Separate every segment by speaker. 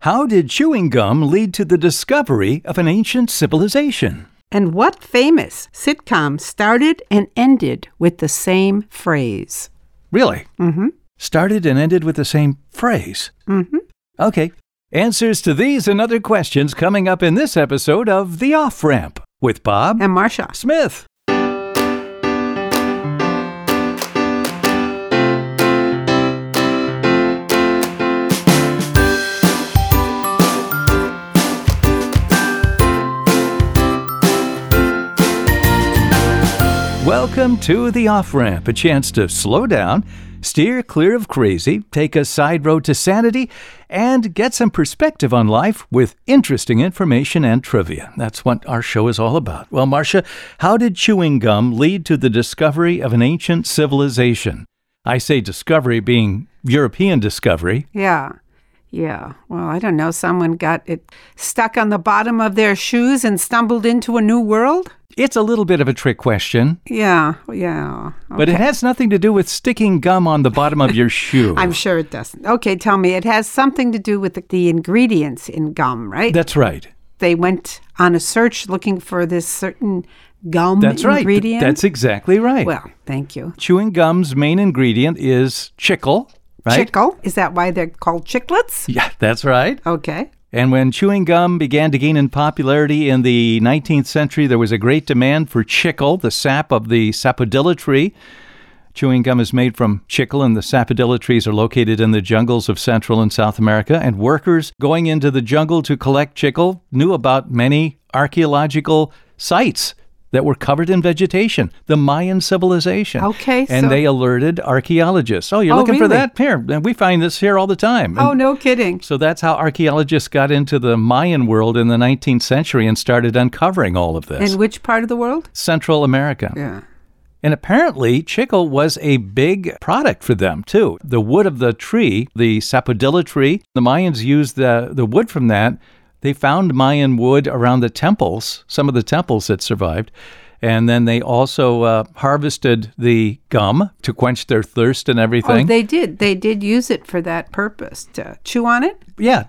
Speaker 1: How did chewing gum lead to the discovery of an ancient civilization?
Speaker 2: And what famous sitcom started and ended with the same phrase?
Speaker 1: Really?
Speaker 2: Mm hmm.
Speaker 1: Started and ended with the same phrase.
Speaker 2: Mm hmm.
Speaker 1: Okay. Answers to these and other questions coming up in this episode of The Off Ramp with Bob
Speaker 2: And Marsha.
Speaker 1: Smith. Welcome to the off ramp, a chance to slow down, steer clear of crazy, take a side road to sanity, and get some perspective on life with interesting information and trivia. That's what our show is all about. Well, Marcia, how did chewing gum lead to the discovery of an ancient civilization? I say discovery being European discovery.
Speaker 2: Yeah. Yeah. Well, I don't know. Someone got it stuck on the bottom of their shoes and stumbled into a new world?
Speaker 1: It's a little bit of a trick question,
Speaker 2: Yeah. Yeah.
Speaker 1: but it has nothing to do with sticking gum on the bottom of your shoe.
Speaker 2: I'm sure it doesn't. Okay, tell me. It has something to do with the, the ingredients in gum, right?
Speaker 1: That's right.
Speaker 2: they went on a search looking for this certain gum
Speaker 1: That's right. Th-
Speaker 2: ingredient.
Speaker 1: That's exactly right.
Speaker 2: well, thank you.
Speaker 1: chewing gum's main ingredient is chicle, right?
Speaker 2: Chicle. Is that why they're called chiclets?
Speaker 1: Yeah, that's right.
Speaker 2: Okay.
Speaker 1: And when chewing gum began to gain in popularity in the 19th century, there was a great demand for chicle, the sap of the sapodilla tree. Chewing gum is made from chicle, and the sapodilla trees are located in the jungles of Central and South America. And workers going into the jungle to collect chicle knew about many archaeological sites that were covered in vegetation, the Mayan civilization.
Speaker 2: Okay,
Speaker 1: And
Speaker 2: so-
Speaker 1: they alerted archaeologists. Oh, you're
Speaker 2: Oh,
Speaker 1: looking for
Speaker 2: really?
Speaker 1: that? Here, and we find this here all the time. And
Speaker 2: Oh, no kidding.
Speaker 1: so that's how archaeologists got into the Mayan world in the 19th century and started uncovering all of this.
Speaker 2: In which part of the world?
Speaker 1: Central America.
Speaker 2: Yeah.
Speaker 1: And apparently, chicle was a big product for them, too. The wood of the tree, the sapodilla tree, the Mayans used the, the wood from that. They found Mayan wood around the temples, some of the temples that survived. And then they also uh, harvested the gum to quench their thirst and everything.
Speaker 2: Oh, they did. They did use it for that purpose to chew on it.
Speaker 1: Yeah.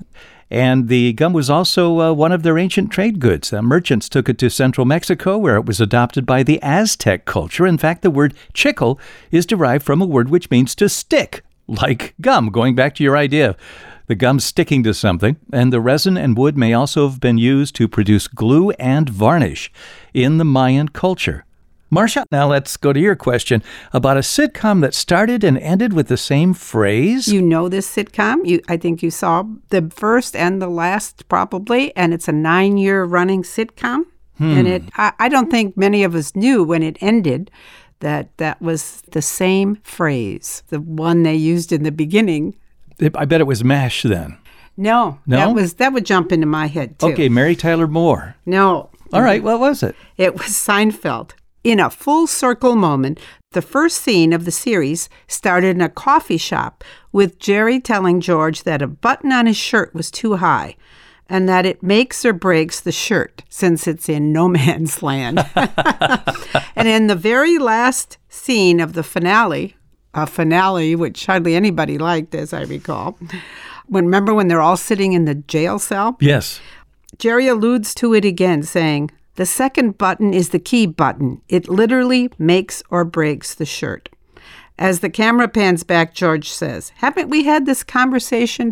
Speaker 1: And the gum was also uh, one of their ancient trade goods. The merchants took it to central Mexico, where it was adopted by the Aztec culture. In fact, the word chicle is derived from a word which means to stick, like gum, going back to your idea of the gum sticking to something. And the resin and wood may also have been used to produce glue and varnish in the Mayan culture. Marcia, now let's go to your question about a sitcom that started and ended with the same phrase.
Speaker 2: You know this sitcom. You, I think you saw the first and the last probably, and it's a nine-year running sitcom. And
Speaker 1: Hmm.
Speaker 2: it, I, I don't think many of us knew when it ended that that was the same phrase, the one they used in the beginning.
Speaker 1: I bet it was MASH then.
Speaker 2: No,
Speaker 1: No?
Speaker 2: that was that would jump into my head too. Mm-hmm.
Speaker 1: Okay, Mary Tyler Moore.
Speaker 2: No,
Speaker 1: All right, what was it?
Speaker 2: It was Seinfeld. In a full circle moment, the first scene of the series started in a coffee shop with Jerry telling George that a button on his shirt was too high and that it makes or breaks the shirt since it's in no man's land. and in the very last scene of the finale, a finale which hardly anybody liked, as I recall, when remember when they're all sitting in the jail cell?
Speaker 1: Yes.
Speaker 2: Jerry alludes to it again, saying, The second button is the key button. It literally makes or breaks the shirt. As the camera pans back, George says, Haven't we had this conversation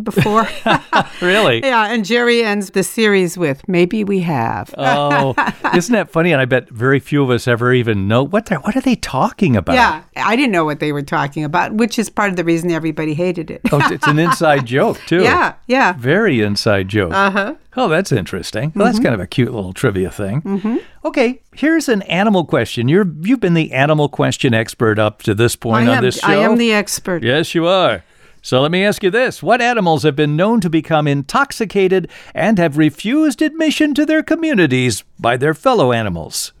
Speaker 2: before?
Speaker 1: Really?
Speaker 2: yeah, and Jerry ends the series with, Maybe we have.
Speaker 1: Oh, isn't that funny? And I bet very few of us ever even know what they're, what are they talking about?
Speaker 2: yeah, I didn't know what they were talking about, which is part of the reason everybody hated it.
Speaker 1: Oh, it's an inside joke too.
Speaker 2: yeah, Uh-huh. yeah.
Speaker 1: Very inside joke. Uh huh. Oh, that's interesting. Well, that's
Speaker 2: Mm-hmm.
Speaker 1: kind of a cute little trivia thing. Mm-hmm. Okay, here's an animal question. You're you've been the animal question expert up to this
Speaker 2: I
Speaker 1: point on
Speaker 2: am,
Speaker 1: this show.
Speaker 2: I am the expert.
Speaker 1: Yes, you are. So let me ask you this What animals have been known to become intoxicated and have refused admission to their communities by their fellow animals?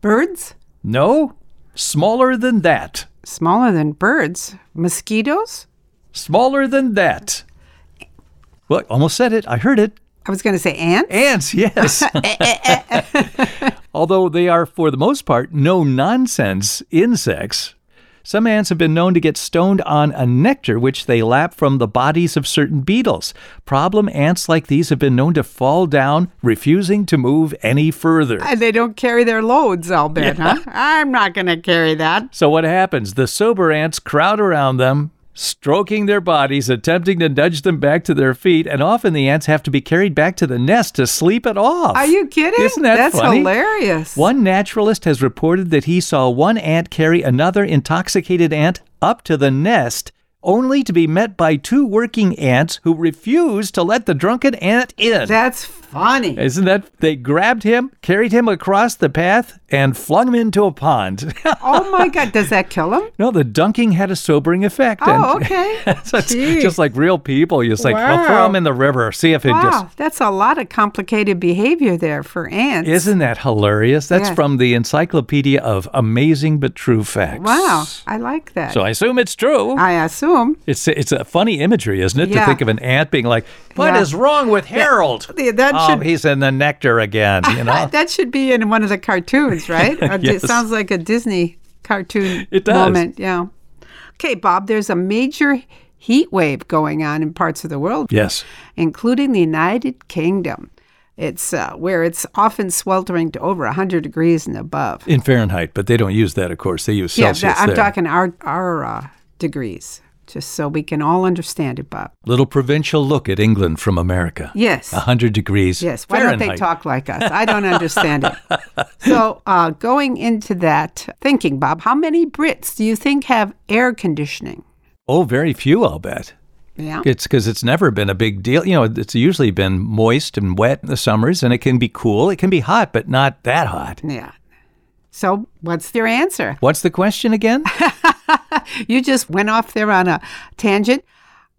Speaker 2: Birds?
Speaker 1: No? Smaller than that.
Speaker 2: Smaller than birds. Mosquitoes?
Speaker 1: Smaller than that. Well, I almost said it. I heard it.
Speaker 2: I was going to say ants.
Speaker 1: Ants, yes. Although they are, for the most part, no nonsense insects, Some ants have been known to get stoned on a nectar which they lap from the bodies of certain beetles. Problem ants like these have been known to fall down, refusing to move any further.
Speaker 2: And they don't carry their loads, Albert, huh? I'm not going to carry that.
Speaker 1: So what happens? The sober ants crowd around them, stroking their bodies, attempting to nudge them back to their feet, and often the ants have to be carried back to the nest to sleep it off.
Speaker 2: Are you kidding?
Speaker 1: Isn't that
Speaker 2: That's
Speaker 1: funny?
Speaker 2: hilarious.
Speaker 1: One naturalist has reported that he saw one ant carry another intoxicated ant up to the nest, only to be met by two working ants who refused to let the drunken ant in.
Speaker 2: That's funny.
Speaker 1: Isn't that? They grabbed him, carried him across the path, and flung him into a pond.
Speaker 2: oh my God, does that kill him?
Speaker 1: no, the dunking had a sobering effect.
Speaker 2: Oh,
Speaker 1: and-
Speaker 2: okay.
Speaker 1: So it's
Speaker 2: Jeez.
Speaker 1: just like real people. You're just like, well, throw
Speaker 2: Wow.
Speaker 1: them in the river, see if it just.
Speaker 2: Wow, that's a lot of complicated behavior there for ants.
Speaker 1: Isn't that hilarious? That's
Speaker 2: Yeah.
Speaker 1: from the Encyclopedia of Amazing but True Facts.
Speaker 2: Wow, I like that.
Speaker 1: So I assume it's true.
Speaker 2: I assume
Speaker 1: it's it's a funny imagery, isn't it? To
Speaker 2: Yeah.
Speaker 1: think of an ant being like, "What is
Speaker 2: Yeah.
Speaker 1: wrong with Harold?
Speaker 2: Yeah, that
Speaker 1: oh,
Speaker 2: should-
Speaker 1: he's in the nectar again." You know,
Speaker 2: that should be in one of the cartoons, right? Or di-
Speaker 1: Yes.
Speaker 2: sounds like a Disney cartoon
Speaker 1: It does.
Speaker 2: moment. Yeah. Okay, Bob, there's a major heat wave going on in parts of the world,
Speaker 1: yes.
Speaker 2: including the United Kingdom. It's uh, where it's often sweltering to over 100 degrees and above.
Speaker 1: In Fahrenheit, but they don't use that, of course. They use Celsius.
Speaker 2: yeah, I'm
Speaker 1: there.
Speaker 2: talking our, our uh, degrees, just so we can all understand it, Bob.
Speaker 1: Little provincial look at England from America.
Speaker 2: Yes.
Speaker 1: A hundred degrees.
Speaker 2: Yes. Why don't they
Speaker 1: Ah, Fahrenheit.
Speaker 2: talk like us? I don't understand it. So, uh, going into that thinking, Bob, how many Brits do you think have air conditioning?
Speaker 1: Oh, very few, I'll bet.
Speaker 2: Yeah.
Speaker 1: It's because it's never been a big deal. You know, it's usually been moist and wet in the summers, and it can be cool. It can be hot, but not that hot.
Speaker 2: Yeah. So, what's their answer?
Speaker 1: What's the question again?
Speaker 2: You just went off there on a tangent.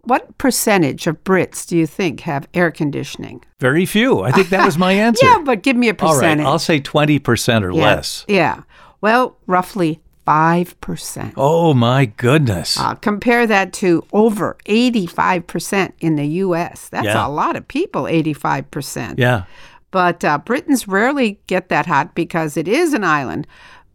Speaker 2: What percentage of Brits do you think have air conditioning?
Speaker 1: Very few. I think that was my answer.
Speaker 2: Yeah, but give me a
Speaker 1: All right,
Speaker 2: percentage.
Speaker 1: I'll say 20% or
Speaker 2: yeah.
Speaker 1: less.
Speaker 2: Yeah. Well, roughly 5%.
Speaker 1: Oh my goodness.
Speaker 2: Uh, compare that to over 85% in the US. That's
Speaker 1: Yeah.
Speaker 2: a lot of people, 85%.
Speaker 1: yeah.
Speaker 2: But uh, Britons rarely get that hot because it is an island.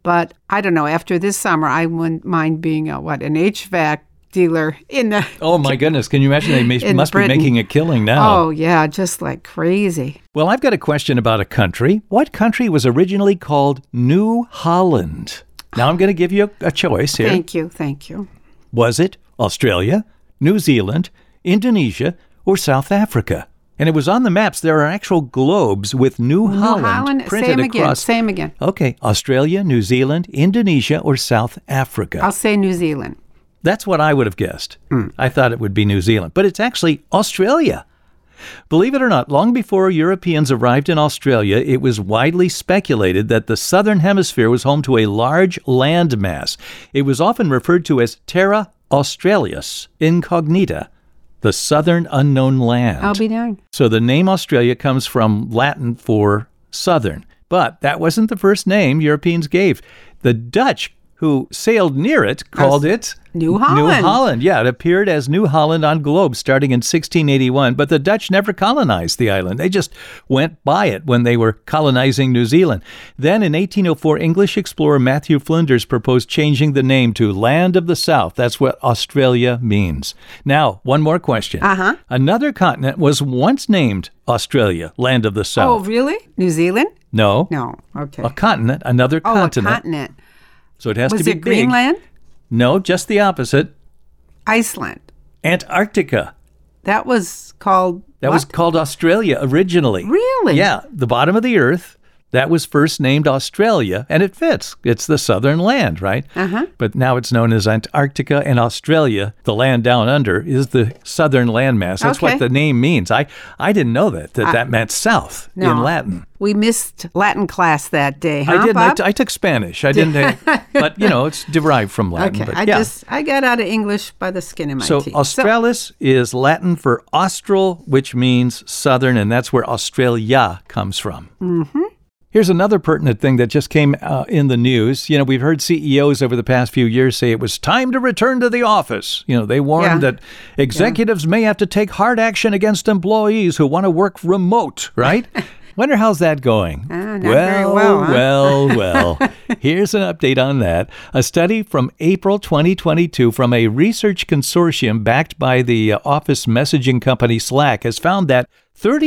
Speaker 2: But I don't know, after this summer, I wouldn't mind being a, what, an HVAC dealer in the.
Speaker 1: Oh my goodness. Can you imagine? They may,
Speaker 2: In
Speaker 1: must
Speaker 2: Britain.
Speaker 1: be making a killing now.
Speaker 2: Oh, yeah, just like crazy.
Speaker 1: Well, I've got a question about a country. What country was originally called New Holland? Now I'm going to give you a, a choice here.
Speaker 2: Thank you, thank you.
Speaker 1: Was it Australia, New Zealand, Indonesia, or South Africa? And it was on the maps. There are actual globes with New, Holland,
Speaker 2: New Oh, Holland,
Speaker 1: printed
Speaker 2: same again,
Speaker 1: across.
Speaker 2: same again.
Speaker 1: Okay, Australia, New Zealand, Indonesia, or South Africa?
Speaker 2: I'll say New Zealand.
Speaker 1: That's what I would have guessed. I thought it would be New Zealand, but it's actually Australia. Believe it or not, long before Europeans arrived in Australia, it was widely speculated that the southern hemisphere was home to a large landmass. It was often referred to as Terra Australis Incognita, the southern unknown land.
Speaker 2: I'll be darned.
Speaker 1: So the name Australia comes from Latin for southern. But that wasn't the first name Europeans gave. The Dutch who sailed near it called it
Speaker 2: New
Speaker 1: New
Speaker 2: Holland.
Speaker 1: Holland. Yeah, it appeared as New Holland on globes starting in 1681, but the Dutch never colonized the island. They just went by it when they were colonizing New Zealand. Then in 1804, English explorer Matthew Flinders proposed changing the name to Land of the South. That's what Australia means. Now, one more question.
Speaker 2: Uh-huh.
Speaker 1: Another continent was once named Australia, Land of the
Speaker 2: Oh,
Speaker 1: South.
Speaker 2: really? New Zealand?
Speaker 1: no.
Speaker 2: No. Okay.
Speaker 1: A continent, another
Speaker 2: oh,
Speaker 1: continent.
Speaker 2: a continent.
Speaker 1: so it has to
Speaker 2: Was
Speaker 1: be
Speaker 2: it
Speaker 1: big.
Speaker 2: Greenland?
Speaker 1: No, just the opposite.
Speaker 2: Iceland.
Speaker 1: Antarctica.
Speaker 2: That was called.
Speaker 1: That was called Australia originally.
Speaker 2: Really?
Speaker 1: Yeah, the bottom of the earth. That was first named Australia, and it fits. It's the southern land, right? Uh-huh. But now it's known as Antarctica, and Australia, the land down under, is the southern landmass. That's
Speaker 2: Okay.
Speaker 1: what the name means. I, I didn't know that, that that meant south in
Speaker 2: No.
Speaker 1: Latin.
Speaker 2: We missed Latin class that day, huh,
Speaker 1: I didn't. I,
Speaker 2: Bob?
Speaker 1: t- I took Spanish. I didn't. uh, but, you know, it's derived from Latin.
Speaker 2: okay,
Speaker 1: but
Speaker 2: I
Speaker 1: yeah.
Speaker 2: just I got out of English by the skin of my
Speaker 1: So
Speaker 2: teeth.
Speaker 1: Australis is Latin for austral, which means southern, and that's where Australia comes from. Mm-hmm. Here's another pertinent thing that just came uh, in the news. You know, we've heard CEOs over the past few years say it was time to return to the office. You know, they warned
Speaker 2: Yeah.
Speaker 1: that executives may have to take hard action against employees who want to work remote, right? Wonder how's that going?
Speaker 2: Ah, not very well, huh?
Speaker 1: well, well. Here's an update on that. A study from April 2022 from a research consortium backed by the uh, office messaging company Slack has found that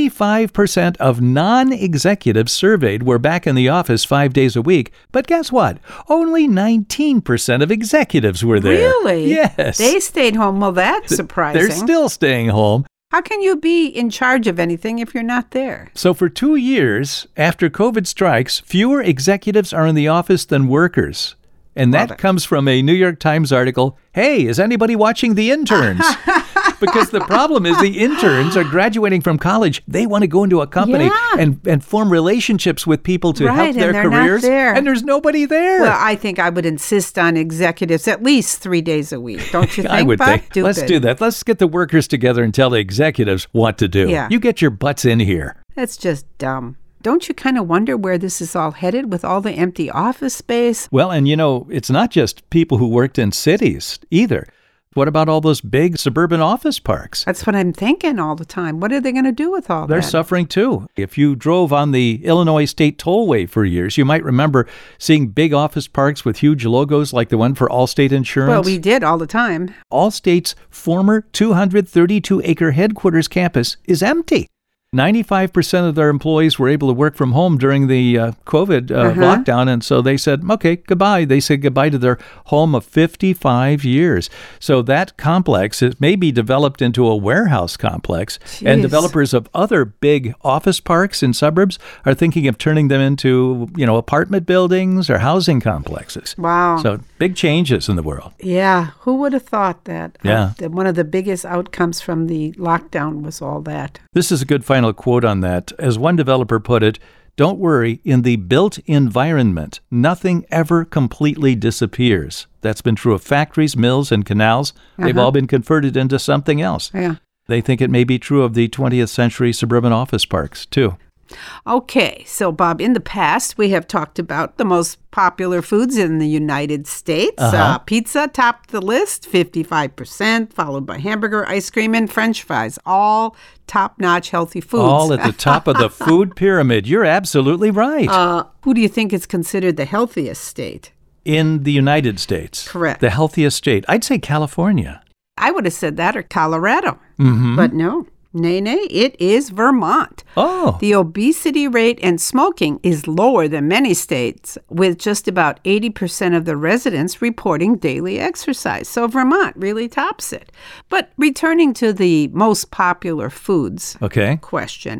Speaker 1: 35% of non executives surveyed were back in the office five days a week. But guess what? Only 19% of executives were there.
Speaker 2: Really?
Speaker 1: Yes.
Speaker 2: They stayed home. Well, that's surprising.
Speaker 1: They're still staying home.
Speaker 2: How can you be in charge of anything if you're not there?
Speaker 1: So, for two years after COVID strikes, fewer executives are in the office than workers. And
Speaker 2: Love
Speaker 1: that
Speaker 2: it.
Speaker 1: comes from a New York Times article Hey, is anybody watching the interns? because the problem is the interns are graduating from college. They want to go into a company
Speaker 2: Yeah.
Speaker 1: and, and form relationships with people to
Speaker 2: Right,
Speaker 1: help
Speaker 2: and
Speaker 1: their
Speaker 2: they're not
Speaker 1: careers.
Speaker 2: there.
Speaker 1: And there's nobody there.
Speaker 2: Well, I think I would insist on executives at least three days a week. Don't you think?
Speaker 1: I would
Speaker 2: Bob?
Speaker 1: think. Let's
Speaker 2: Stupid.
Speaker 1: do that. Let's get the workers together and tell the executives what to do.
Speaker 2: Yeah.
Speaker 1: You get your butts in here.
Speaker 2: That's just dumb. Don't you kind of wonder where this is all headed with all the empty office space?
Speaker 1: Well, and you know, it's not just people who worked in cities either. What about all those big suburban office parks?
Speaker 2: That's what I'm thinking all the time. What are they going to do with all
Speaker 1: They're
Speaker 2: that?
Speaker 1: suffering too. If you drove on the Illinois State Tollway for years, you might remember seeing big office parks with huge logos like the one for Allstate Insurance.
Speaker 2: well, we did all the time.
Speaker 1: Allstate's former 232 acre headquarters campus is empty. 95% of their employees were able to work from home during the uh, COVID uh,
Speaker 2: Uh-huh.
Speaker 1: lockdown. And so they said, okay, goodbye. They said goodbye to their home of 55 years. So that complex is maybe developed into a warehouse complex. And
Speaker 2: Jeez.
Speaker 1: developers of other big office parks in suburbs are thinking of turning them into, you know, apartment buildings or housing complexes.
Speaker 2: Wow.
Speaker 1: So big changes in the world.
Speaker 2: yeah. Who would have thought that? uh,
Speaker 1: Yeah.
Speaker 2: that one of the biggest outcomes from the lockdown was all that.
Speaker 1: This is a good final quote on that. As one developer put it, don't worry, in the built environment, nothing ever completely disappears. That's been true of factories, mills, and canals. They've
Speaker 2: Uh-huh.
Speaker 1: all been converted into something else.
Speaker 2: Yeah.
Speaker 1: They think it may be true of the 20th century suburban office parks, too.
Speaker 2: Okay, so Bob, in the past, we have talked about the most popular foods in the United States.
Speaker 1: Uh-huh.
Speaker 2: uh pizza topped the list, 55%, followed by hamburger, ice cream, and french fries, all top notch healthy foods.
Speaker 1: All at the top of the food pyramid. You're absolutely right.
Speaker 2: uh, who do you think is considered the healthiest state?
Speaker 1: in the United States.
Speaker 2: Correct.
Speaker 1: The healthiest state. I'd say California. Mm-hmm.
Speaker 2: I would have said that or Colorado. But no, nay, nay, it is Vermont.
Speaker 1: Oh.
Speaker 2: The obesity rate and smoking is lower than many states, with just about 80% of the residents reporting daily exercise. So Vermont really tops it. But returning to the most popular foods
Speaker 1: okay.
Speaker 2: question,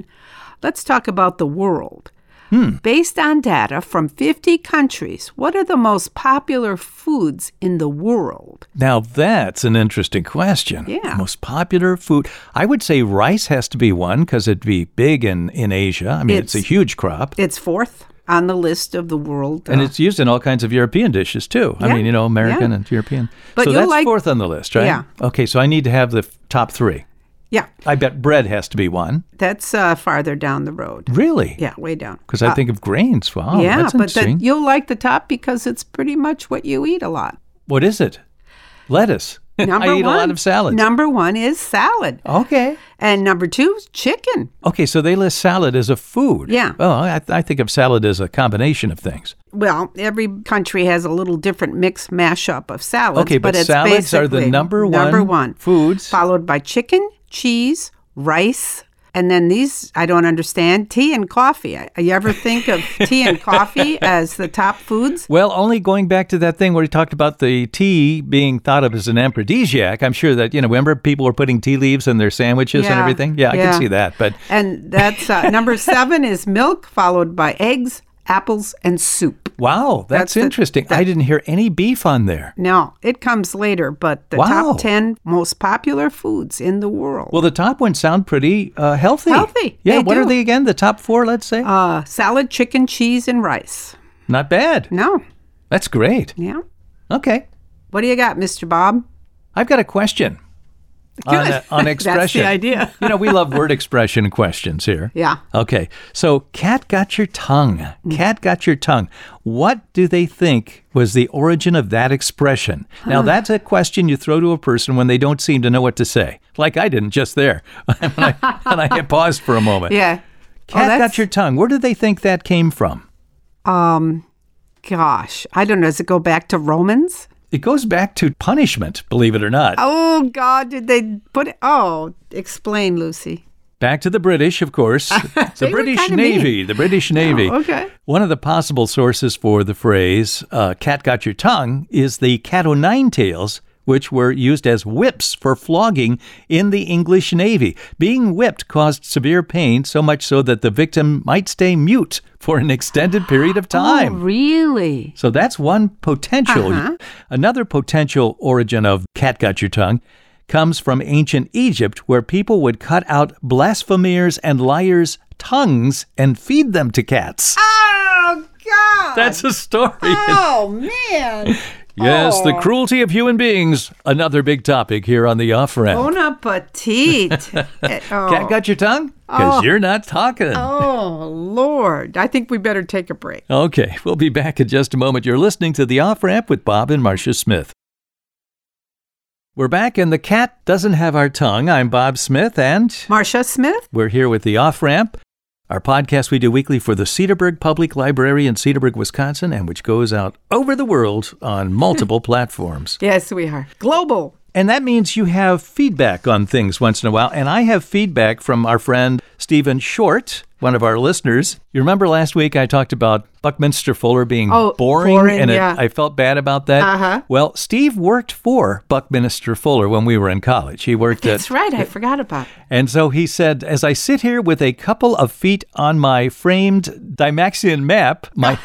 Speaker 2: let's talk about the world.
Speaker 1: Hmm.
Speaker 2: Based on data from 50 countries, what are the most popular foods in the world?
Speaker 1: Now that's an interesting question.
Speaker 2: Yeah.
Speaker 1: Most popular food. I would say rice has to be one because it'd be big in, in Asia. I mean, it's,
Speaker 2: It's-
Speaker 1: a huge crop.
Speaker 2: It's fourth on the list of the world.
Speaker 1: and
Speaker 2: uh,
Speaker 1: it's used in all kinds of European dishes too. I
Speaker 2: Yeah,
Speaker 1: mean, you know, American
Speaker 2: yeah.
Speaker 1: and European.
Speaker 2: But
Speaker 1: so
Speaker 2: you'll
Speaker 1: that's
Speaker 2: like-
Speaker 1: fourth on the list, right?
Speaker 2: Yeah.
Speaker 1: Okay, so I need to have the f- top three.
Speaker 2: yeah,
Speaker 1: I bet bread has to be one.
Speaker 2: that's uh, farther down the road.
Speaker 1: Really?
Speaker 2: Yeah, way down. Uh,
Speaker 1: Because I think of grains. Wow,
Speaker 2: yeah,
Speaker 1: Oh, that's
Speaker 2: but the,
Speaker 1: interesting.
Speaker 2: you'll like the top because it's pretty much what you eat a lot.
Speaker 1: what is it? Lettuce.
Speaker 2: Number
Speaker 1: I eat
Speaker 2: one,
Speaker 1: a lot of salads.
Speaker 2: Number one is salad,
Speaker 1: okay.
Speaker 2: and number two is chicken.
Speaker 1: Okay, so they list salad as a food.
Speaker 2: Yeah.
Speaker 1: Oh, I, I think of salad as a combination of things.
Speaker 2: Well, every country has a little different mix mashup of salads.
Speaker 1: Okay, but
Speaker 2: it's
Speaker 1: salads are the
Speaker 2: basically
Speaker 1: number one
Speaker 2: number one
Speaker 1: foods.
Speaker 2: followed by chicken, cheese, rice. And then these, I don't understand. Tea and coffee. I- You ever think of tea and coffee as the top foods?
Speaker 1: Well, only going back to that thing where he talked about the tea being thought of as an aphrodisiac. I'm sure that, you know, remember people were putting tea leaves in their sandwiches and
Speaker 2: Yeah,
Speaker 1: everything? Yeah, I
Speaker 2: yeah.
Speaker 1: can see that. But
Speaker 2: And that's uh, number seven is milk, followed by eggs, apples, and soup.
Speaker 1: wow, that's,
Speaker 2: That's it.
Speaker 1: interesting. I didn't hear any beef on there.
Speaker 2: Now, it comes later, but the
Speaker 1: Wow.
Speaker 2: top 10 most popular foods in the world
Speaker 1: Well, the top ones sound pretty uh, healthy.
Speaker 2: Healthy,
Speaker 1: Yeah,
Speaker 2: they
Speaker 1: what are
Speaker 2: do.
Speaker 1: they again? The top four, let's say?
Speaker 2: uh, salad, chicken, cheese, and rice.
Speaker 1: Not bad.
Speaker 2: No,
Speaker 1: That's great.
Speaker 2: yeah.
Speaker 1: Okay.
Speaker 2: What do you got, Mr. Bob?
Speaker 1: I've got a question on,
Speaker 2: Good.
Speaker 1: uh, on
Speaker 2: That's the
Speaker 1: expression.
Speaker 2: idea.
Speaker 1: you know, we love word expression questions here.
Speaker 2: Yeah. Mm.
Speaker 1: Okay. So, cat got your tongue. Cat got your tongue. What do they think was the origin of that expression? Now, that's a question you throw to a person when they don't seem to know what to say, like I didn't just there. and, I, and I paused for a moment.
Speaker 2: Yeah. Oh,
Speaker 1: Cat
Speaker 2: that's-
Speaker 1: got your tongue. Where do they think that came from?
Speaker 2: Um, gosh, I don't know. Does it go back to Romans?
Speaker 1: It goes back to punishment, believe it or not.
Speaker 2: Oh God, did they put? It? Oh, explain, Lucy.
Speaker 1: Back to the British, of course. the
Speaker 2: were
Speaker 1: British
Speaker 2: kinda Oh,
Speaker 1: Navy. The British Navy.
Speaker 2: okay.
Speaker 1: One of the possible sources for the phrase uh, "cat got your tongue" is the cat o' nine tails, which were used as whips for flogging in the English Navy. Being whipped caused severe pain, so much so that the victim might stay mute for an extended period of time.
Speaker 2: Oh, really?
Speaker 1: So that's one potential.
Speaker 2: Uh-huh.
Speaker 1: Another potential origin of cat got your tongue comes from ancient Egypt, where people would cut out blasphemers and liars' tongues and feed them to cats.
Speaker 2: Oh God!
Speaker 1: That's a story.
Speaker 2: oh man!
Speaker 1: yes, the
Speaker 2: Oh.
Speaker 1: cruelty of human beings, another big topic here on the off ramp.
Speaker 2: Bon appetit. Eh, oh.
Speaker 1: Cat got your tongue? Because you're not talking.
Speaker 2: oh Lord, I think we better take a break.
Speaker 1: Okay, we'll be back in just a moment. You're listening to The Off Ramp with Bob and Marcia Smith. We're back, and the cat doesn't have our tongue. I'm Bob Smith, and
Speaker 2: Marcia Smith.
Speaker 1: we're here with The Off Ramp, our podcast we do weekly for the Cedarburg Public Library in Cedarburg, Wisconsin, and which goes out over the world on multiple platforms.
Speaker 2: Yes, we are global.
Speaker 1: And that means you have feedback on things once in a while. And I have feedback from our friend Stephen Short, one of our listeners. You remember last week I talked about Buckminster Fuller being
Speaker 2: Oh,
Speaker 1: boring,
Speaker 2: boring,
Speaker 1: and it-
Speaker 2: yeah.
Speaker 1: I felt bad about that.
Speaker 2: Uh-huh.
Speaker 1: Well, Steve worked for Buckminster Fuller when we were in college. He worked at
Speaker 2: That's right. I forgot about. It.
Speaker 1: and so he said, As I sit here with a couple of feet on my framed Dymaxian map, my,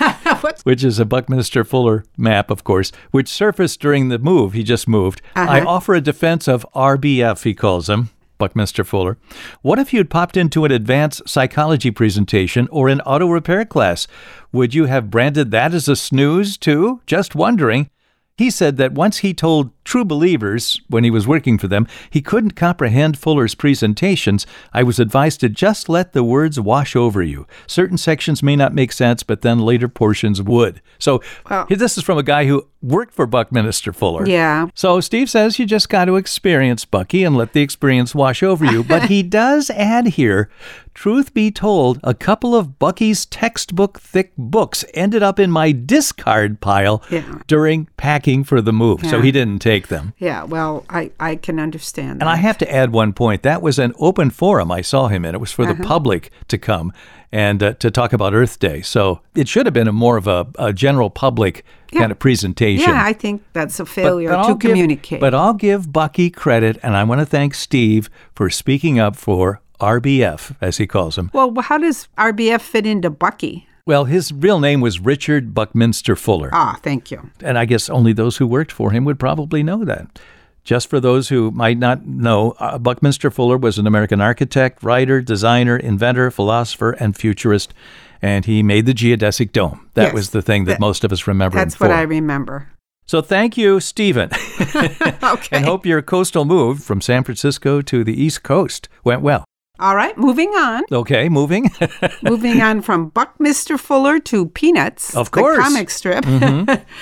Speaker 1: which is a Buckminster Fuller map, of course, which surfaced during the move, he just moved, I offer a defense of RBF, he calls him. Buckminster Fuller. What if you'd popped into an advanced psychology presentation or an auto repair class? Would you have branded that as a snooze, too? Just wondering. He said that once he told true believers, when he was working for them, he couldn't comprehend Fuller's presentations. I was advised to just let the words wash over you. Certain sections may not make sense, but then later portions would. So this is from a guy who worked for Buckminster Fuller.
Speaker 2: Yeah.
Speaker 1: So Steve says you just got to experience Bucky and let the experience wash over you. But he does add here truth be told, a couple of Bucky's textbook thick books ended up in my discard pile
Speaker 2: Yeah.
Speaker 1: during packing for the move. So
Speaker 2: Yeah.
Speaker 1: he didn't take them.
Speaker 2: Yeah. Well, I I can understand.
Speaker 1: And I
Speaker 2: that.
Speaker 1: have to add one point. That was an open forum I saw him in. It was for
Speaker 2: Uh-huh.
Speaker 1: the public to come and uh, to talk about Earth Day. So it should have been a more of a, a general public kind of presentation.
Speaker 2: yeah, I think that's a failure
Speaker 1: I'll
Speaker 2: to
Speaker 1: give-
Speaker 2: communicate.
Speaker 1: but I'll give Bucky credit, and I want to thank Steve for speaking up for RBF, as he calls him.
Speaker 2: well, how does RBF fit into Bucky?
Speaker 1: Well, his real name was Richard Buckminster Fuller,
Speaker 2: Ah, thank you.
Speaker 1: and I guess only those who worked for him would probably know that. Just for those who might not know, uh, Buckminster Fuller was an American architect, writer, designer, inventor, philosopher, and futurist, and he made the geodesic dome. That
Speaker 2: Yes,
Speaker 1: was the thing that,
Speaker 2: that-
Speaker 1: most of us remember
Speaker 2: That's
Speaker 1: him for.
Speaker 2: what I remember.
Speaker 1: so thank you, Stephen.
Speaker 2: Okay.
Speaker 1: and hope your coastal move from San Francisco to the East Coast went well.
Speaker 2: All right, moving on.
Speaker 1: Okay, moving.
Speaker 2: moving on from Buckminster Fuller to Peanuts,
Speaker 1: Of course.
Speaker 2: the comic strip.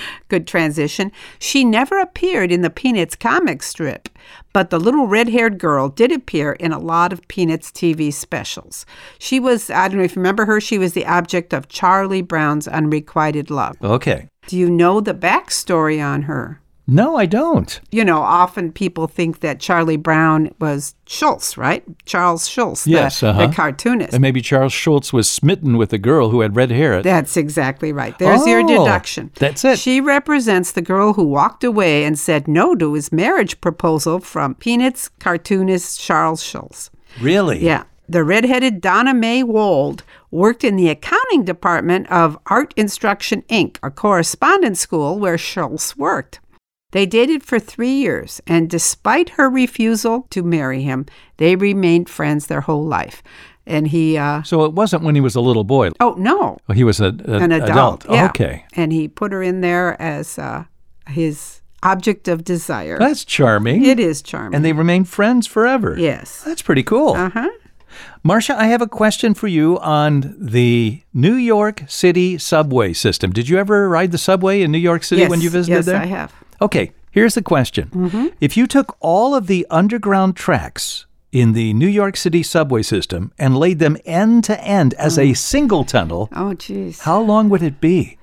Speaker 2: Good transition. She never appeared in the Peanuts comic strip, but the little red-haired girl did appear in a lot of Peanuts TV specials. She was, I don't know if you remember her, she was the object of Charlie Brown's Unrequited Love.
Speaker 1: okay.
Speaker 2: Do you know the backstory on her?
Speaker 1: No, I don't.
Speaker 2: you know, often people think that Charlie Brown was Schultz, right? Charles Schultz, the-
Speaker 1: Yes,
Speaker 2: the,
Speaker 1: uh-huh.
Speaker 2: cartoonist.
Speaker 1: And maybe Charles Schultz was smitten with a girl who had red hair.
Speaker 2: That's exactly right. There's your
Speaker 1: Oh,
Speaker 2: deduction.
Speaker 1: that's it.
Speaker 2: She represents the girl who walked away and said no to his marriage proposal from Peanuts cartoonist Charles Schultz.
Speaker 1: Really?
Speaker 2: Yeah. The redheaded Donna Mae Wold worked in the accounting department of Art Instruction Inc., a correspondence school where Schultz worked. They dated for three years, and despite her refusal to marry him, they remained friends their whole life. And he, uh,
Speaker 1: So it wasn't when he was a little boy.
Speaker 2: oh no,
Speaker 1: Oh, He was a, a-
Speaker 2: an adult. yeah.
Speaker 1: Okay.
Speaker 2: And he put her in there as uh, his object of desire.
Speaker 1: That's charming.
Speaker 2: It is charming.
Speaker 1: And they remained friends forever.
Speaker 2: yes.
Speaker 1: That's pretty cool.
Speaker 2: Uh huh.
Speaker 1: Marcia, I have a question for you on the New York City subway system. Did you ever ride the subway in New York City
Speaker 2: yes.
Speaker 1: when you visited
Speaker 2: yes,
Speaker 1: there?
Speaker 2: I have. Mm-hmm.
Speaker 1: Okay, here's the question. If you took all of the underground tracks in the New York City subway system and laid them end to end as
Speaker 2: Mm.
Speaker 1: a single tunnel,
Speaker 2: Oh, geez.
Speaker 1: how long would it be?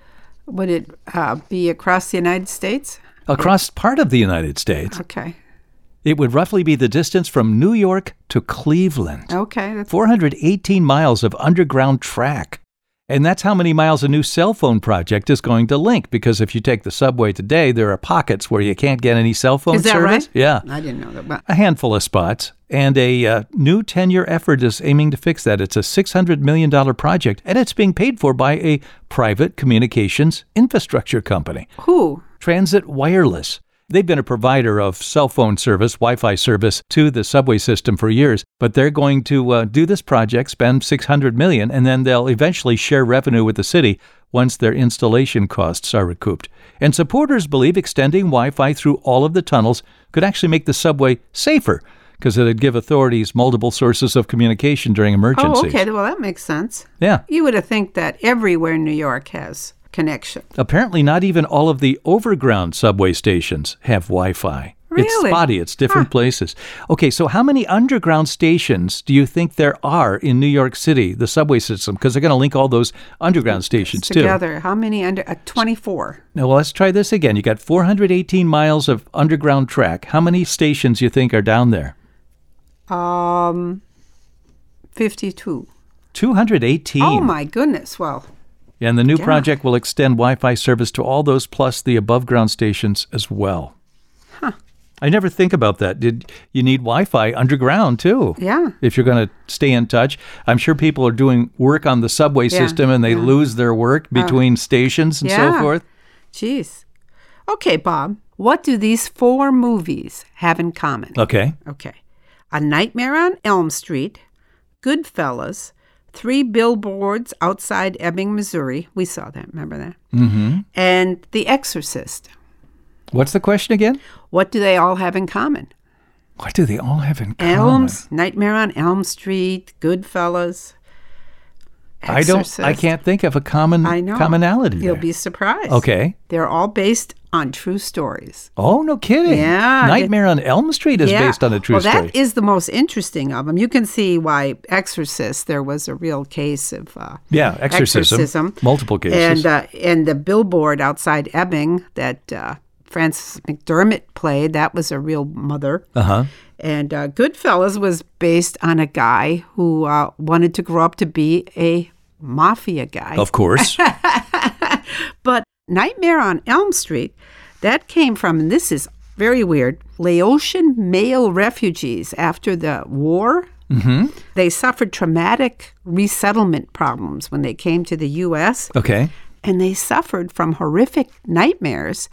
Speaker 2: Would it uh, be across the United States?
Speaker 1: Across part of the United States,
Speaker 2: Okay.
Speaker 1: it would roughly be the distance from New York to Cleveland.
Speaker 2: Okay. That's
Speaker 1: 418 miles of underground track. And that's how many miles a new cell phone project is going to link. Because if you take the subway today, there are pockets where you can't get any cell phone
Speaker 2: Is that
Speaker 1: service.
Speaker 2: right?
Speaker 1: Yeah.
Speaker 2: I didn't know that. But
Speaker 1: A handful of spots. And a uh, new 10 year effort is aiming to fix that. It's a $600 million project, and it's being paid for by a private communications infrastructure company.
Speaker 2: who? Oh,
Speaker 1: Transit Wireless. They've been a provider of cell phone service, Wi Fi service to the subway system for years, but they're going to uh, do this project, spend 600 million, and then they'll eventually share revenue with the city once their installation costs are recouped. And supporters believe extending Wi Fi through all of the tunnels could actually make the subway safer because it'd give authorities multiple sources of communication during emergencies.
Speaker 2: Oh, okay. Well, that makes sense.
Speaker 1: Yeah.
Speaker 2: You would have think that everywhere in New York has connection.
Speaker 1: Apparently, not even all of the overground subway stations have Wi Fi. It's
Speaker 2: Really?
Speaker 1: spotty, it's different places. Okay, so how many underground stations do you think there are in New York City, the subway system? Because they're going to link all those underground stations too.
Speaker 2: Together, how many under uh, 24?
Speaker 1: Now, well, let's try this again. You got 418 miles of underground track. How many stations do you think are down there?
Speaker 2: Um 52.
Speaker 1: 218.
Speaker 2: Oh my goodness. Well,
Speaker 1: And the new
Speaker 2: Yeah.
Speaker 1: project will extend Wi Fi service to all those plus the above ground stations as well. Huh. I never think about that. Did you need Wi Fi underground too?
Speaker 2: yeah.
Speaker 1: If you're going to stay in touch, I'm sure people are doing work on the subway
Speaker 2: Yeah, Uh,
Speaker 1: system and they lose their work between stations and so
Speaker 2: Yeah.
Speaker 1: forth.
Speaker 2: Jeez. Okay, Bob. What do these four movies have in common?
Speaker 1: Okay.
Speaker 2: Okay. A Nightmare on Elm Street, Goodfellas, Three Billboards Outside Ebbing, Missouri. We saw that, remember that? Mm-hmm. And The Exorcist.
Speaker 1: What's the question again?
Speaker 2: What do they all have in common?
Speaker 1: What do they all have in common?
Speaker 2: Elms, Nightmare on Elm Street, Goodfellas.
Speaker 1: I don't. I
Speaker 2: Exorcist.
Speaker 1: can't think of a common
Speaker 2: I know.
Speaker 1: commonality.
Speaker 2: You'll
Speaker 1: there.
Speaker 2: be surprised.
Speaker 1: okay.
Speaker 2: They're all based on true stories.
Speaker 1: Oh no, kidding!
Speaker 2: Yeah, I did-
Speaker 1: Nightmare on Elm Street is
Speaker 2: Yeah.
Speaker 1: based on a true
Speaker 2: well,
Speaker 1: story.
Speaker 2: that is the most interesting of them. You can see why Exorcist, there was a real case of uh,
Speaker 1: Yeah, exorcism.
Speaker 2: exorcism.
Speaker 1: Multiple cases.
Speaker 2: And uh, and the billboard outside Ebbing that uh, Frances McDermott played, that was a real mother.
Speaker 1: Uh huh.
Speaker 2: And uh, Goodfellas was based on a guy who uh, wanted to grow up to be a mafia guy.
Speaker 1: Of course.
Speaker 2: But Nightmare on Elm Street, that came from, and this is very weird, Laotian male refugees after the war. Mm-hmm. They suffered traumatic resettlement problems when they came to the U.S.
Speaker 1: okay.
Speaker 2: and they suffered from horrific nightmares,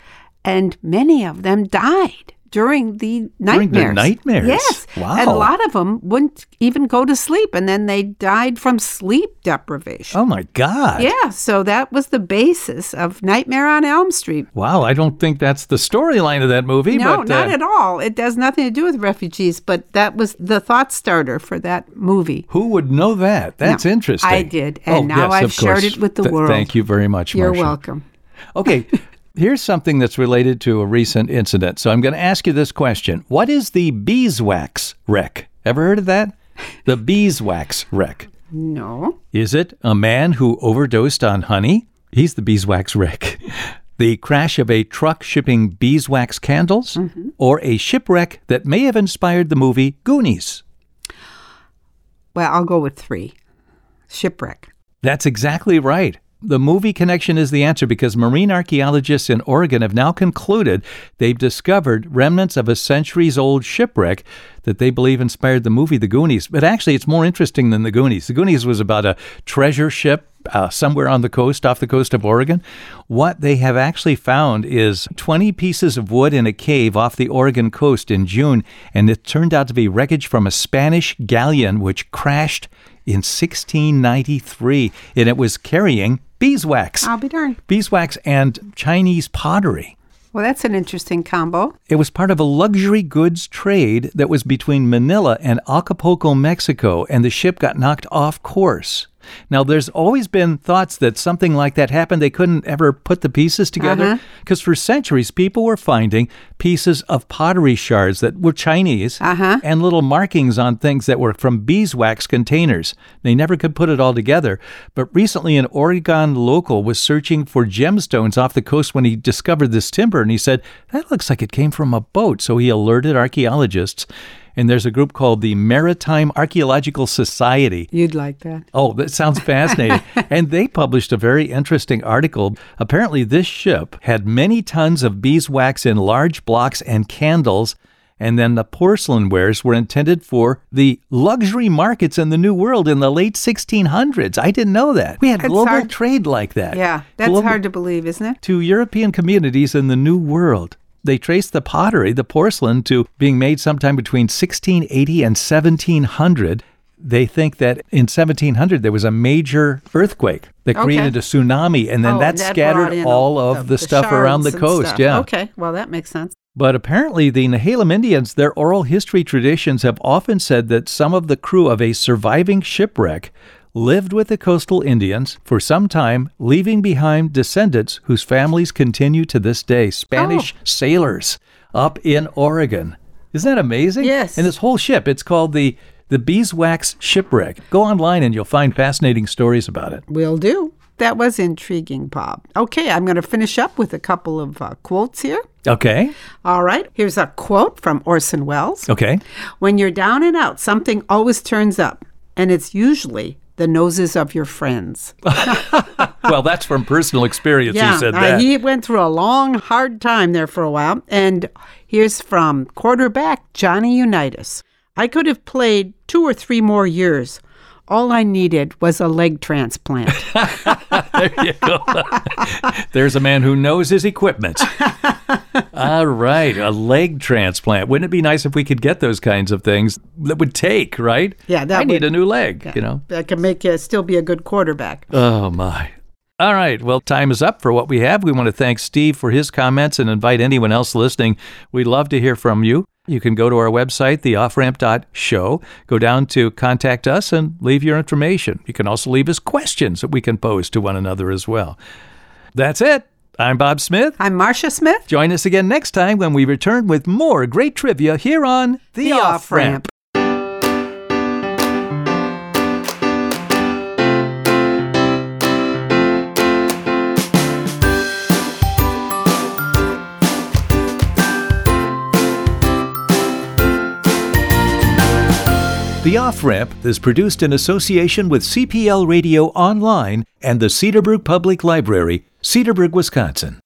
Speaker 2: and many of them died during the
Speaker 1: During
Speaker 2: nightmares.
Speaker 1: the nightmares?
Speaker 2: Yes.
Speaker 1: Wow.
Speaker 2: And a lot of them wouldn't even go to sleep, and then they died from sleep deprivation.
Speaker 1: Oh my God.
Speaker 2: Yeah, so that was the basis of Nightmare on Elm Street.
Speaker 1: Wow. I don't think that's the storyline of that movie.
Speaker 2: No,
Speaker 1: but,
Speaker 2: not
Speaker 1: uh,
Speaker 2: at all. It has nothing to do with refugees, but that was the thought starter for that movie.
Speaker 1: Who would know that? That's
Speaker 2: No,
Speaker 1: interesting. Oh,
Speaker 2: I did, and now I've
Speaker 1: of
Speaker 2: shared
Speaker 1: course.
Speaker 2: it with the
Speaker 1: Th-
Speaker 2: world.
Speaker 1: Thank you very much,
Speaker 2: You're
Speaker 1: Marcia.
Speaker 2: welcome.
Speaker 1: Okay. Here's something that's related to a recent incident. So I'm going to ask you this question What is the beeswax wreck? Ever heard of that? The beeswax wreck.
Speaker 2: No.
Speaker 1: Is it a man who overdosed on honey? He's the beeswax wreck. The crash of a truck shipping beeswax candles, or a shipwreck that may have inspired the movie Goonies.
Speaker 2: Well, I'll go with three shipwreck.
Speaker 1: That's exactly right. The movie connection is the answer because marine archaeologists in Oregon have now concluded they've discovered remnants of a centuries old shipwreck that they believe inspired the movie The Goonies. But actually, it's more interesting than The Goonies. The Goonies was about a treasure ship uh, somewhere on the coast, off the coast of Oregon. What they have actually found is 20 pieces of wood in a cave off the Oregon coast in June, and it turned out to be wreckage from a Spanish galleon which crashed in 1693, and it was carrying beeswax,
Speaker 2: I'll be darned.
Speaker 1: beeswax and Chinese pottery.
Speaker 2: Well, that's an interesting combo.
Speaker 1: It was part of a luxury goods trade that was between Manila and Acapulco, Mexico, and the ship got knocked off course. Now, there's always been thoughts that something like that happened. They couldn't ever put the pieces together because for centuries people were finding pieces of pottery shards that were Chinese
Speaker 2: Uh-huh.
Speaker 1: and little markings on things that were from beeswax containers. They never could put it all together. But recently, an Oregon local was searching for gemstones off the coast when he discovered this timber, and he said, That looks like it came from a boat. So he alerted archaeologists. And there's a group called the Maritime Archaeological Society
Speaker 2: You'd like that.
Speaker 1: Oh, that sounds fascinating. and they published a very interesting article. Apparently, this ship had many tons of beeswax in large blocks and candles. And then the porcelain wares were intended for the luxury markets in the New World in the late 1600s. I didn't know that. We had
Speaker 2: That's
Speaker 1: global
Speaker 2: hard-
Speaker 1: trade like that.
Speaker 2: Yeah, that's
Speaker 1: Global-
Speaker 2: hard to believe, isn't it?
Speaker 1: to European communities in the New World. They traced the pottery, the porcelain, to being made sometime between 1680 and 1700. They think that in 1700 there was a major earthquake that
Speaker 2: Okay.
Speaker 1: created a tsunami, and then
Speaker 2: Oh,
Speaker 1: that,
Speaker 2: that brought
Speaker 1: scattered
Speaker 2: in
Speaker 1: all of the, stuff around the
Speaker 2: shards and
Speaker 1: coast.
Speaker 2: stuff.
Speaker 1: Yeah.
Speaker 2: Okay. Well, that makes sense.
Speaker 1: But apparently, the Nehalem Indians, their oral history traditions have often said that some of the crew of a surviving shipwreck lived with the coastal Indians for some time, leaving behind descendants whose families continue to this day Spanish sailors up in Oregon. Isn't that amazing?
Speaker 2: Yes.
Speaker 1: And this whole ship, it's called the, the Beeswax Shipwreck. Go online and you'll find fascinating stories about it.
Speaker 2: Will do. That was intriguing, Bob. Okay, I'm going to finish up with a couple of uh, quotes here.
Speaker 1: Okay.
Speaker 2: All right, here's a quote from Orson Welles
Speaker 1: Okay.
Speaker 2: When you're down and out, something always turns up, and it's usually the noses of your friends.
Speaker 1: Well, that's from personal experience. he said
Speaker 2: uh,
Speaker 1: that.
Speaker 2: he went through a long, hard time there for a while. And here's from quarterback Johnny Unitas. I could have played two or three more years. All I needed was a leg transplant.
Speaker 1: There's a man who knows his equipment. All right, a leg transplant. Wouldn't it be nice if we could get those kinds of things that would take, right?
Speaker 2: Yeah, that
Speaker 1: I need
Speaker 2: would-
Speaker 1: a new leg, you know.
Speaker 2: that can make you still be a good quarterback.
Speaker 1: Oh my. All right, well, time is up for what we have. We want to thank Steve for his comments and invite anyone else listening. We'd love to hear from you. You can go to our website, theofframp.show, go down to contact us and leave your information. You can also leave us questions that we can pose to one another as well. That's it. I'm Bob Smith.
Speaker 2: I'm Marcia Smith.
Speaker 1: Join us again next time when we return with more great trivia here on The, Off Ramp. The Off Ramp is produced in association with CPL Radio Online and the Cedarbrook Public Library, Cedarburg, Wisconsin.